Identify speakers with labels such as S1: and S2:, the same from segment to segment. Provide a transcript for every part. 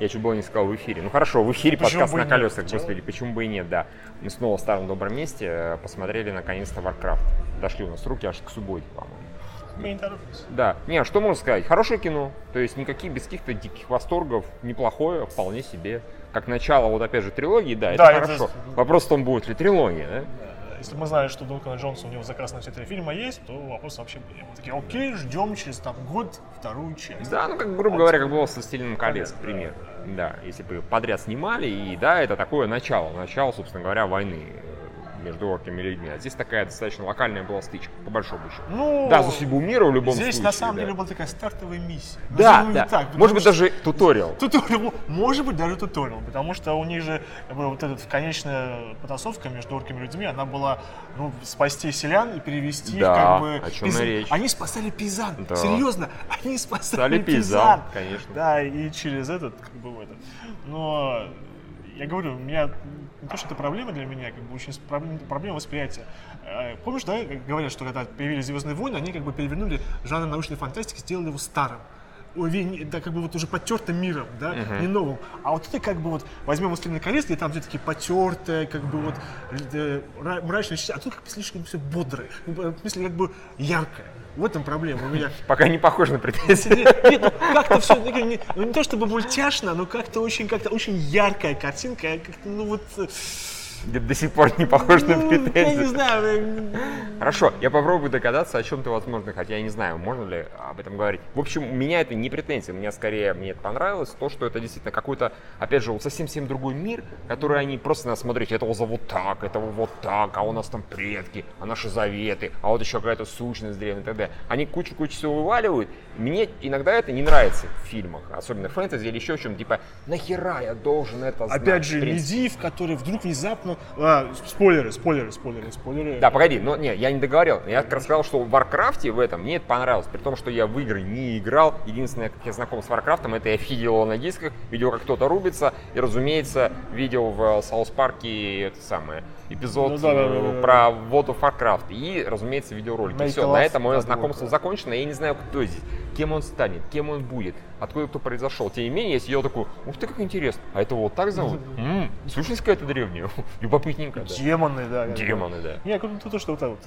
S1: Я чуть было не сказал в эфире. Ну хорошо, в эфире
S2: Почему
S1: подкаст
S2: бы и
S1: на
S2: нет?
S1: колесах,
S2: Почему?
S1: господи, почему бы и нет, да. Мы снова в старом добром месте э, посмотрели наконец-то Warcraft. Дошли у нас руки аж к субботе, по-моему.
S2: Мы не торопимся.
S1: Да, не, а что можно сказать? Хорошее кино, то есть никаких, без каких-то диких восторгов, неплохое, вполне себе. Как начало, вот опять же, трилогии, да, это
S2: Да, это-
S1: хорошо. Вопрос в том, будет ли трилогия, да?
S2: Если бы мы знали, что Дункана Джонса у него закрасно все три фильма есть, то вопрос вообще бы не был. Такие, окей, ждем через там год вторую часть.
S1: Да, ну как, грубо говоря, как было со «Стилином колец», к примеру. Да, если бы подряд снимали, и да, это такое начало, начало, собственно говоря, войны э, между орками и людьми. А здесь такая достаточно локальная была стычка, по большому счету.
S2: Ну,
S1: Да, за судьбу мира в любом
S2: Здесь
S1: случае.
S2: на самом
S1: да.
S2: деле была такая стартовая миссия.
S1: Да,
S2: Назовем ее
S1: да.
S2: так, потому
S1: Может быть,
S2: что-
S1: даже туториал.
S2: Туториал, может быть, даже туториал, потому что у них же как бы, вот эта конечная потасовка между орками и людьми, она была ну, спасти селян и перевести
S1: Да,
S2: как бы...
S1: о чём и
S2: пейзан.
S1: речь.
S2: Они спасали пейзан,
S1: Да.
S2: серьезно,
S1: Стали
S2: они спасали
S1: пейзан,
S2: пейзан.
S1: конечно.
S2: Да, и через этот, как бы, вот этот. Но я говорю, у меня не то, что это проблема для меня, как бы очень с- проблем- проблема восприятия. Э, Помнишь, да, как говорят, что когда появились «Звездные войны», они как бы перевернули жанр научной фантастики, сделали его старым. Ой, ве- да, как бы вот уже потертым миром, да, не новым. А вот это как бы вот возьмем «Властелин колец», где там все такие потертые, как бы вот э, мра- мрачные части, а тут как бы слишком все бодрое, как бы, в смысле как бы яркое. В этом проблема у меня.
S1: Пока не похож на претензии.
S2: Нет, нет, ну как-то все, ну, не, ну, не то чтобы мультяшно, но как-то очень, как-то очень яркая картинка, я как-то, ну вот... э,
S1: До сих пор не похож на
S2: ну, я не
S1: претензии.
S2: знаю, э,
S1: Хорошо, я попробую догадаться, о чем ты, возможно, хотя я не знаю, можно ли об этом говорить. В общем, у меня это не претензия, мне скорее мне это понравилось, то, что это действительно какой-то, опять же, вот совсем-совсем другой мир, который они просто нас смотрите, этого зовут так, этого вот так, а у нас там предки, а наши заветы, а вот еще какая-то сущность древняя и так далее. Они кучу-кучу всего вываливают. Мне иногда это не нравится в фильмах, особенно в фэнтези или еще в чем, типа, нахера я должен это знать?
S2: Опять же,
S1: в принципе?
S2: Медив, который вдруг внезапно... а, спойлеры, спойлеры, спойлеры, спойлеры.
S1: Да, погоди, но не, я не договорил. Я как раз сказал, что в Варкрафте в этом мне это понравилось. При том, что я в игры не играл. Единственное, как я знаком с Варкрафтом, это я видел его на дисках, видел, как кто-то рубится. И, разумеется, видел в Саус Парке это самое эпизод
S2: Ну да, да, да,
S1: э,
S2: да, да.
S1: про воду Warcraft. И, разумеется, видеоролики.
S2: Make
S1: Все, на
S2: love
S1: этом мое
S2: подводка.
S1: знакомство закончено. Я не знаю, кто здесь, кем он станет, кем он будет, откуда кто произошел. Тем не менее, я сидел такой, ух ты, как интересно. А это вот так зовут? М, сущность какая-то древняя. Любопытненько. да.
S2: Демоны, да. как бы.
S1: Демоны, да.
S2: Не, как то, что вот так вот.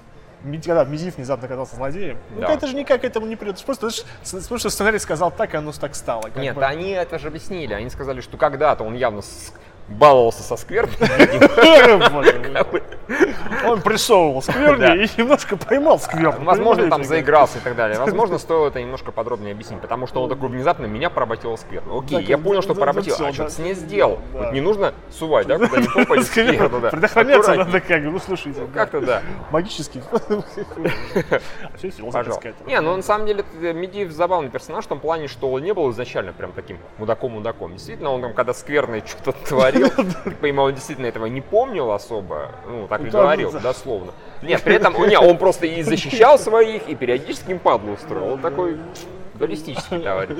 S2: Мед- Когда Медив внезапно оказался злодеем,
S1: Да.
S2: ну это же никак к этому не придет. Просто, это ж с- потому что сценарий сказал так, и оно так стало. как
S1: Нет,
S2: бы.
S1: да они это же объяснили. Они сказали, что когда-то он явно с- баловался со скверной.
S2: Боже мой. Он прессовывал
S1: Да.
S2: скверни и немножко поймал скверну.
S1: Возможно,
S2: понимаете,
S1: там
S2: как?
S1: заигрался и так далее. Возможно, стоило это немножко подробнее объяснить, потому что он такой внезапно меня поработил скверно. Окей,
S2: Так,
S1: я
S2: да,
S1: понял, что
S2: да,
S1: поработил,
S2: да,
S1: а
S2: всё,
S1: что
S2: да.
S1: ты с ней сделал?
S2: Да.
S1: Вот не нужно сувать, да, куда ни попади скверну, да.
S2: Предохраняться
S1: Аккуратнее.
S2: надо как бы, ну слушайте. да.
S1: Как-то да.
S2: Магический. А всё, философ
S1: Пожалуй.
S2: искать.
S1: Не, ну на самом деле э, Медив забавный персонаж в том плане, что он не был изначально прям таким мудаком-мудаком. Действительно, он там, когда скверный что-то творил, так понимаю, он действительно этого не помнил особо. Ну, так и
S2: Да,
S1: говорил,
S2: да.
S1: дословно. Нет, при этом не, он просто и защищал своих, и периодически им падлу устроил. Он такой дуалистический товарищ.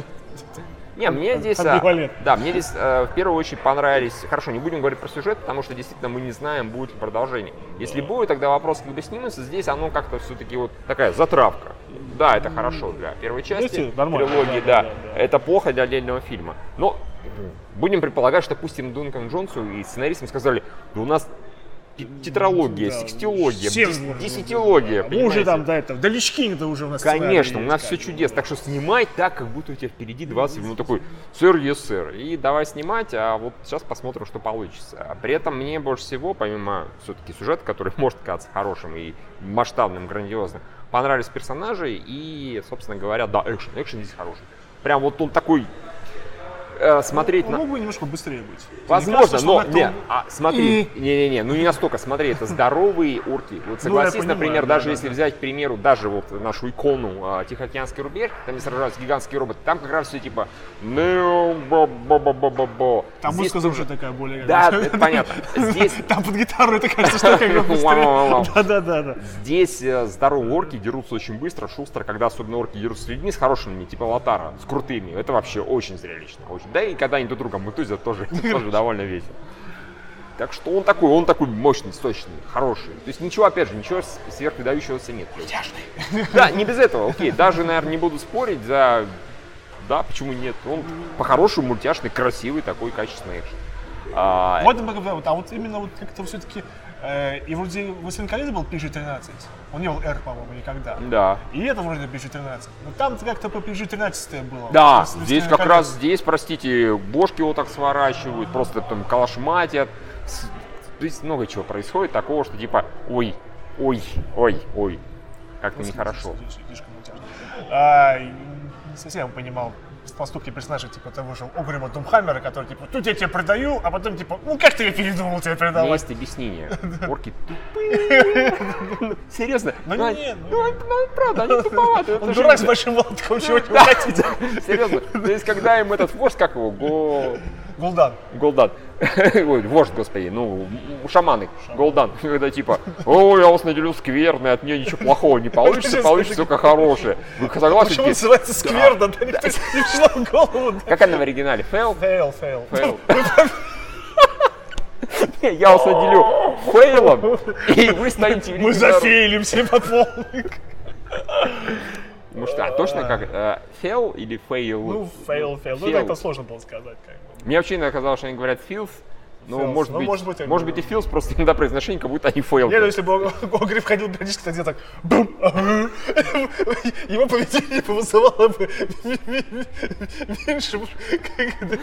S1: Не, мне здесь... а,
S2: Амбивалентно.
S1: да, мне здесь э, в первую очередь понравились... Хорошо, не будем говорить про сюжет, потому что действительно мы не знаем, будет ли продолжение. Если будет, тогда вопрос когда снимется. Здесь оно как-то все-таки вот такая затравка. Да, это хорошо для первой части
S2: Знаете, нормально,
S1: трилогии, да,
S2: да, да, да, да.
S1: Это плохо для отдельного фильма. Но м, будем предполагать, что пусть им Дункан Джонсу и сценаристам сказали, да у нас те- тетралогия,
S2: Да,
S1: секстилогия,
S2: всем
S1: дес-
S2: можно.
S1: десятилогия,
S2: Мы уже
S1: понимаете?
S2: там до этого. Далечки-то уже у нас.
S1: Конечно, у
S2: сценарий
S1: нас
S2: есть,
S1: все
S2: как бы.
S1: чудес, так что снимай так, как будто у тебя впереди 20 минут такой, сэр, yes, сэр, и давай снимать, а вот сейчас посмотрим, что получится. А при этом мне больше всего, помимо все-таки сюжета, который может казаться хорошим и масштабным, грандиозным, понравились персонажи и, собственно говоря, да, экшен, экшен здесь хороший. Прям вот он такой, э, смотреть
S2: Он
S1: на...
S2: мог бы Ну, немножко быстрее быть.
S1: Возможно, но не,
S2: нет.
S1: а, смотри, не-не-не, ну не настолько, смотри, это здоровые урки. Вот согласись,
S2: понимаю,
S1: например,
S2: да,
S1: даже
S2: да,
S1: если
S2: да.
S1: взять, к примеру, даже вот нашу икону а, Тихоокеанский рубеж, там не сражаются гигантские роботы, там как раз все типа ну бо бо бо бо бо бо
S2: Там музыка уже такая более... как
S1: Да,
S2: бы,
S1: это понятно. Здесь-
S2: Там под гитару это кажется, что как бы
S1: Вау-вау-вау.
S2: быстрее. Да-да-да.
S1: Здесь э, здоровые орки дерутся очень быстро, шустро, когда особенно орки дерутся с людьми, с хорошими, типа Латара, с крутыми. Это вообще очень зрелищно. Очень. Да и когда они друг друга мутузят, тоже, тоже довольно весело. Так что он такой, он такой мощный, сочный, хороший. То есть ничего, опять же, ничего с- сверхвыдающегося нет. Да, не без этого, окей. Даже, наверное, не буду спорить за да, почему нет? Он по-хорошему мультяшный, красивый такой, качественный экшен. А,
S2: Вот, например, да, вот, а вот именно вот как-то все-таки... и вроде «Властелин колец» был PG-13, он не был R, по-моему, никогда.
S1: Да.
S2: И это вроде PG-13. Но там как-то по PG-13 было.
S1: Да,
S2: Вот с
S1: здесь
S2: «Властелином
S1: как
S2: колец».
S1: раз здесь, простите, бошки его так сворачивают, просто там калашматят. С- Здесь много чего происходит такого, что типа ой, ой, ой, ой, как-то
S2: Господи,
S1: нехорошо.
S2: слишком- слишком мультяшно. А, и не совсем понимал поступки персонажей, типа того же Огрима Думхаммера, который типа, тут я тебе продаю, а потом типа, ну как ты я передумал тебе
S1: У меня
S2: продавать?
S1: есть объяснение. Орки тупые. Серьезно?
S2: Ну,
S1: они-
S2: не, ну.
S1: ну, они- ну, они правда, они туповаты.
S2: Он
S1: это же
S2: дурак с
S1: видно.
S2: большим молотком, чего вы
S1: Да,
S2: хотите?
S1: да, Серьезно. То есть, когда им этот вождь, как его, Го-
S2: Гулдан.
S1: Голдан. Ой, вождь, господи, ну, м, шаманы, Голдан. Когда типа, о, я вас наделю скверной, от нее ничего плохого не получится, получится только хорошее. Вы согласны?
S2: Почему называется скверно? Да никто не пришло в голову.
S1: Как она в оригинале? Фейл?
S2: Фейл, фейл.
S1: Фейл. Я вас наделю фейлом, и вы станете великим
S2: Мы
S1: народом.
S2: зафейлимся по полной.
S1: Ну что, а точно как? э, Фейл или фейл?
S2: Ну, фейл, фейл. Ну,
S1: Фейл.
S2: так-то сложно было сказать. как бы.
S1: Мне вообще иногда казалось, что они говорят филс. Ну,
S2: Филс.
S1: может,
S2: Ну,
S1: быть,
S2: может быть, они-
S1: может быть, и филс, просто иногда произношение, как будто они фейл.
S2: Не, ну если бы Огрев ходил периодически тогда так бум, агу, его поведение вызывало бы ми- ми- ми- меньше как это,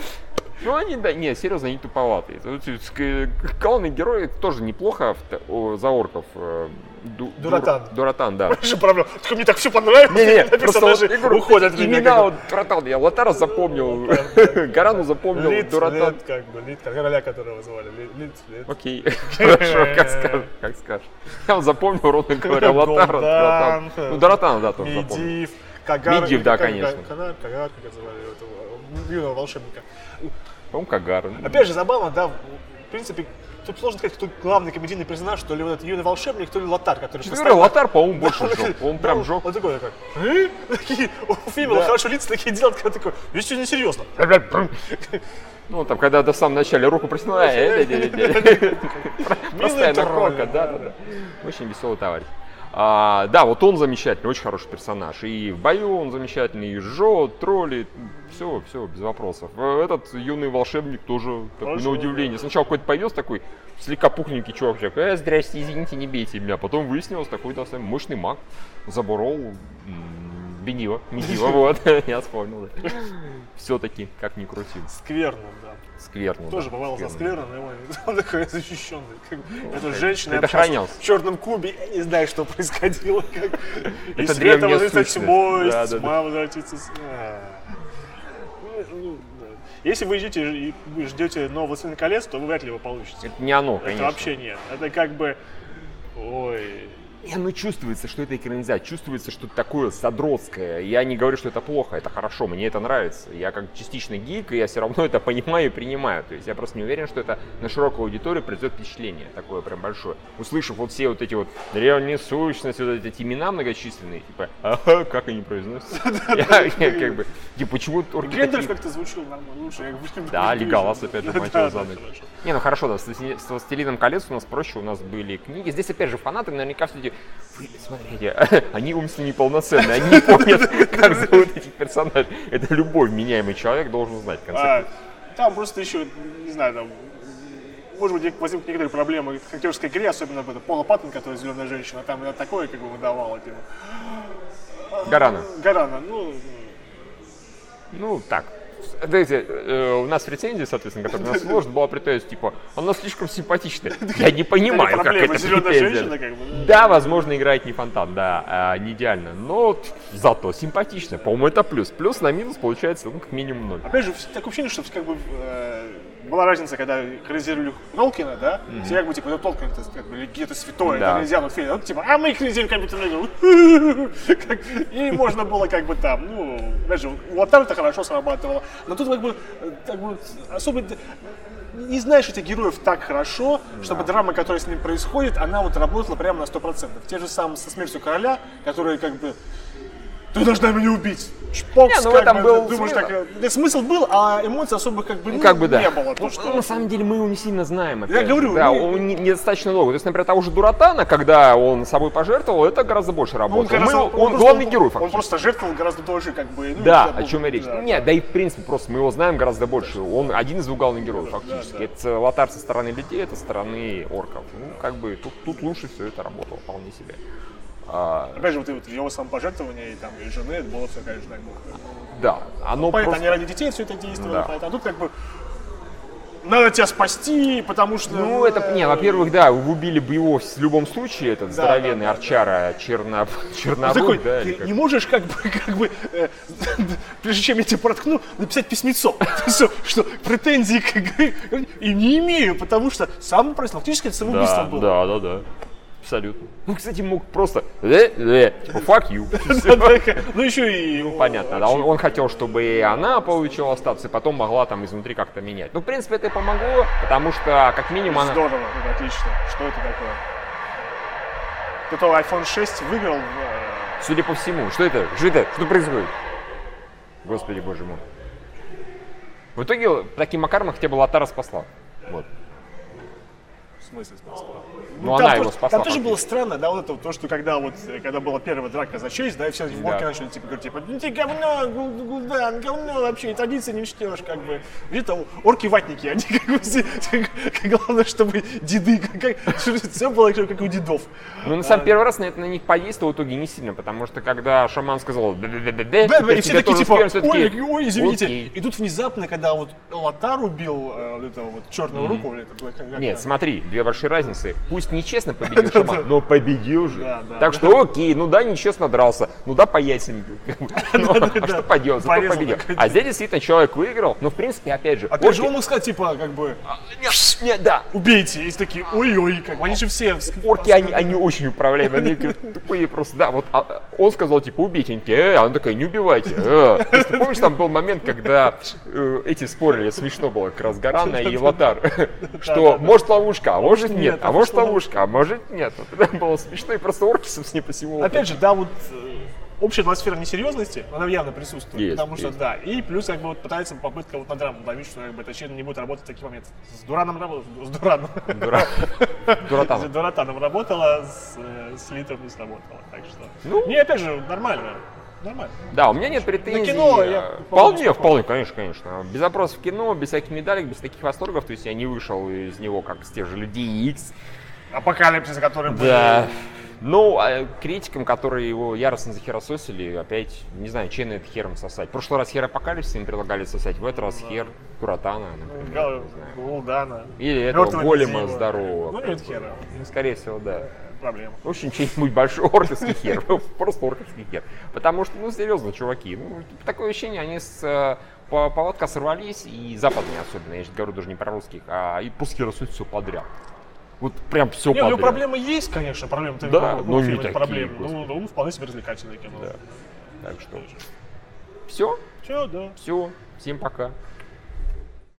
S1: Ну, они, да, не, серьезно, они туповатые. Тут, э, ск- э, Главный герой тоже неплохо а в т- о, за орков. э, ду-
S2: Дуратан.
S1: дур- Дуратан, да.
S2: меньше проблем. Так мне так все понравилось,
S1: Не-не,
S2: когда
S1: просто вот
S2: персонажи
S1: я говорю,
S2: уходят от меня.
S1: имена
S2: как Ну,
S1: вот Дуратан. Я Латара запомнил, Гарану
S2: бы.
S1: запомнил,
S2: Лид,
S1: Дуратан.
S2: Лид, как бы, Лид, как короля, которого звали, Лид, Лид, Лид.
S1: Окей, хорошо, как скажешь, как скажешь. Я вот запомнил, ровно говоря, Латара. Дуратан.
S2: Голдан,
S1: Ну, Дуратан, да, тоже запомнил.
S2: Медив, Кагар.
S1: Медив, да,
S2: как-
S1: конечно.
S2: Кагар, Кагар, как это звали, этого, э, юного волшебника.
S1: По-моему, Кагар.
S2: Опять же, забавно, да, в принципе, тут сложно сказать, кто главный комедийный персонаж, то ли вот этот юный волшебник, то ли Лотар, который
S1: Я говорю, Латар, по-моему, больше жёг. Он прям жёг.
S2: Ну, Он такой, как, «Э?» Такие, у фильма хорошо лица такие делают, когда такой, весь сегодня серьезно.
S1: Ну, там, когда до самом начале руку протянула, э, э, э, э, э. простая
S2: Милый тролль,
S1: наколка, да,
S2: да,
S1: да, да. Очень веселый товарищ. А, да, вот он замечательный, очень хороший персонаж. И в бою он замечательный, и жжет, троллит, все, все, без вопросов. Э, Этот юный волшебник тоже такой,
S2: Хороший,
S1: на удивление. Сначала какой-то появился такой слегка пухленький чувак, человек, э, здрасте, извините, не бейте меня. Потом выяснилось, такой достаточно мощный маг, заборол, м, Бенива, Медива, вот, я вспомнил. Все-таки, как ни крути.
S2: Скверно, да.
S1: Скверно.
S2: Тоже
S1: да,
S2: бывало со скверно, но его- он такой защищенный. как бы. Это женщина
S1: это
S2: общалась
S1: хранялся.
S2: в черном кубе, я не знаю, что происходило. Как... И
S1: Это
S2: свет
S1: древняя
S2: возвратится
S1: сущность.
S2: тьмой,
S1: Да, да, да.
S2: тьма возвратится с- А. Ну, ну, да. Если вы идете и вы ждете нового «Властелина колец», то вы вряд ли его получите.
S1: Это не оно,
S2: Это
S1: конечно.
S2: вообще нет. Это как бы... Ой...
S1: И оно чувствуется, что это экранизация, чувствуется, что это такое задротское. Я не говорю, что это плохо, это хорошо, мне это нравится. Я как частично гик, и я все равно это понимаю и принимаю. То есть я просто не уверен, что это на широкую аудиторию произведет впечатление такое прям большое. Услышав вот все вот эти вот древние сущности, вот эти имена многочисленные, типа, ага, как они произносятся? Я я как бы, типа, почему орки
S2: Гендальф
S1: такие
S2: как-то звучил нормально, Ну, лучше. как бы,
S1: Да,
S2: ближе.
S1: Леголас опять же
S2: Да,
S1: мочил
S2: да,
S1: задник.
S2: хорошо.
S1: Не, ну хорошо, да, с «Властелин- с «Властелином колец» у нас проще, у нас были книги. Здесь, опять же, фанаты наверняка все-таки, вы смотрите, они умственно неполноценные, они не помнят, как зовут этих персонажей. Это любой вменяемый человек должен знать, в конце
S2: А, там просто еще, не знаю, там, может быть, возникнут некоторые проблемы в актерской игре, особенно это Пола Паттон, которая зеленая женщина, там она такое как бы выдавала. Типа.
S1: концов. Гарана.
S2: Гарана, ну,
S1: Ну, так. Знаете, э, у нас рецензия, соответственно, которая нас сложно была притаилась, типа, она слишком симпатичная. Я не понимаю, как
S2: проблема,
S1: это
S2: зелёная
S1: претензия.
S2: женщина, как бы,
S1: Да, возможно, играет не фонтан, да, а, не идеально, но т- зато симпатично. По-моему, это плюс. Плюс на минус получается, ну, как минимум ноль.
S2: опять же, такое ощущение, что как бы э, была разница, когда экранизировали Толкина, да, все как бы, типа, ну, Толкин, это как бы где-то святое,
S1: Да.
S2: это нельзя мультфильм, а тут, типа, а мы экранизируем компьютерную игру. ну, Как- И можно было как бы там, ну, опять же, у Лотара это хорошо срабатывало, но тут как бы, э, как бы особо д- не знаешь этих героев так хорошо, чтобы драма, которая с ним происходит, она вот работала прямо на 100%. Те же самые со смертью короля, которые как бы ты должна меня убить. Шпокс,
S1: Не, ну в
S2: как
S1: этом
S2: бы,
S1: был
S2: ты думаешь,
S1: смысл.
S2: так, э, смысл был, а эмоций особо как бы,
S1: Ну, как бы да.
S2: не было.
S1: Ну,
S2: То, что...
S1: На самом деле мы его не сильно знаем. опять же.
S2: говорю,
S1: Да,
S2: мы-
S1: он не- недостаточно долго. То есть, например, того же Дуратана, когда он собой пожертвовал, это гораздо больше
S2: Ну,
S1: работало. Мы
S2: гораздо-
S1: его- он,
S2: просто-
S1: главный герой.
S2: Он
S1: фактически.
S2: просто жертвовал гораздо дольше, как бы. ну,
S1: Да,
S2: и всегда
S1: о
S2: был-
S1: чем и речь.
S2: да.
S1: Нет, да и в принципе просто мы его знаем гораздо больше. Он один из двух главных героев фактически.
S2: да.
S1: Это Лотар со стороны людей, это со стороны орков. Ну, как бы тут, тут лучше все это работало вполне себе. А,
S2: Опять же, вот, и вот его самопожертвование и там и жены, это было все, конечно, так было.
S1: да, оно
S2: Понятно,
S1: просто...
S2: они ради детей все это действовали,
S1: Да.
S2: поэтому а тут как бы надо тебя спасти, потому что...
S1: Ну, это, не,
S2: э,
S1: во-первых, да, вы убили бы его в любом случае, этот
S2: Да,
S1: здоровенный
S2: да, да,
S1: арчара черно...
S2: ты
S1: чернобыль,
S2: такой,
S1: да, или
S2: ты
S1: как
S2: не можешь как бы, как бы, э, прежде чем я тебя проткну, написать письмецо, Всё, что претензий к игре и не имею, потому что сам просил, фактически это самоубийство было.
S1: да, да, да. Абсолютно. Ну, кстати, мог просто... «Э, э», типа, fuck you. Всё.
S2: Ну еще и...
S1: Понятно, да. Он, он хотел, чтобы и она получила статус, и потом могла там изнутри как-то менять. Ну, в принципе, это и помогло, потому что, как минимум, она...
S2: Здорово, это отлично. Что это такое? Кто-то iPhone 6 выиграл в... э,
S1: Судя по всему, что это? Что это? Что происходит? Господи, боже мой. В итоге, таким макаром хотя бы Латара спасла. Вот.
S2: В смысле спасла?
S1: Ну, она его
S2: просто-
S1: спасла,
S2: Там тоже
S1: фактически.
S2: было странно, да, вот это вот то, что когда вот, э, когда была первая драка за честь, да, и все в
S1: Да.
S2: начали типа говорить, типа, ну ты говно, гу- гудан, говно вообще, и традиции не чтешь, как бы. Где-то орки-ватники, они как бы все, главное, чтобы деды, как, чтобы все было как у дедов.
S1: Ну, на самом первый раз на это на них подействовало в итоге не сильно, потому что когда шаман сказал «Бе-бе-бе-бе»,
S2: Да, да,
S1: теперь
S2: и все
S1: тебя
S2: такие
S1: тоже
S2: типа,
S1: успеем, все такие,
S2: ой, ой, извините.
S1: «Окей».
S2: И тут внезапно, когда вот Лотар убил э, вот этого вот черную руку, или это было как- как
S1: Нет,
S2: это?
S1: смотри, две большие разницы. Пусть нечестно победил шаман, но победил
S2: Да,
S1: же.
S2: да,
S1: Так
S2: да.
S1: что окей, ну да, нечестно дрался, ну да, по яйцам. бил. Ну,
S2: да,
S1: А
S2: да.
S1: что поделать, зато
S2: Порезал
S1: победил.
S2: так.
S1: А здесь действительно человек выиграл, но в принципе, опять же,
S2: а Опять
S1: орки-
S2: же, он мог сказать, типа, как бы,
S1: Не, да,
S2: убейте, и все такие, ой-ой, как бы, они же все... в-
S1: орки, они, они очень управляемые, они такие тупые просто, да, вот а, он сказал, типа, убейте, они такие, «Э», а она такая, не убивайте, э». То есть, ты помнишь, там был момент, когда э, эти спорили, смешно было, как раз Гарана и Лотар, что может ловушка, а может нет, а может ловушка, а может нет, Вот это было смешно, и просто орки, собственно, по всему.
S2: Опять же, да, вот э, общая атмосфера несерьезности, она явно присутствует,
S1: Есть,
S2: потому что,
S1: есть.
S2: да, и плюс, как бы, вот пытается попытка вот на драму давить, что, как бы, это очевидно, не будет работать в такие моменты. С Дураном работала, с Дураном.
S1: Дура-
S2: С
S1: Дуратан.
S2: Дуратаном работала, с, э, с Литом не сработала, так что...
S1: Ну.
S2: Не, опять же, нормально, нормально.
S1: Да, у меня нет претензий.
S2: кино я
S1: Э, Вполне,
S2: вполне
S1: вполне, конечно, конечно. Без опросов кино, без всяких медалек, без таких восторгов. То есть я не вышел из него, как с тех же людей X,
S2: Апокалипсис, который был.
S1: Да. Ну, а критикам, которые его яростно захерососили, опять, не знаю, чей на это хером сосать. В прошлый раз хер Апокалипсис им предлагали сосать, в этот раз хер Куратана, например.
S2: Гал-
S1: не знаю.
S2: Голдана.
S1: Или этого
S2: Мёртвого
S1: голема
S2: Зима.
S1: здорового.
S2: Ну, нет хера.
S1: Ну, Скорее всего, да.
S2: Проблема.
S1: В общем, чей-нибудь большой орковский хер. Просто орковский хер. Потому что, ну, серьезно, чуваки, ну, такое ощущение, они с э, по- поводка сорвались, и западные особенно, я сейчас говорю даже не про русских, а и просто херосуть все подряд. Вот прям все
S2: Не, у него
S1: Ну, подряд.
S2: проблемы есть, конечно, проблемы. Ты
S1: Да,
S2: как бы,
S1: но не
S2: фильм это
S1: такие,
S2: проблемы. Ну,
S1: господи.
S2: ну, вполне себе развлекательное кино.
S1: Да. Так что, все,
S2: Че, да.
S1: все, всем пока.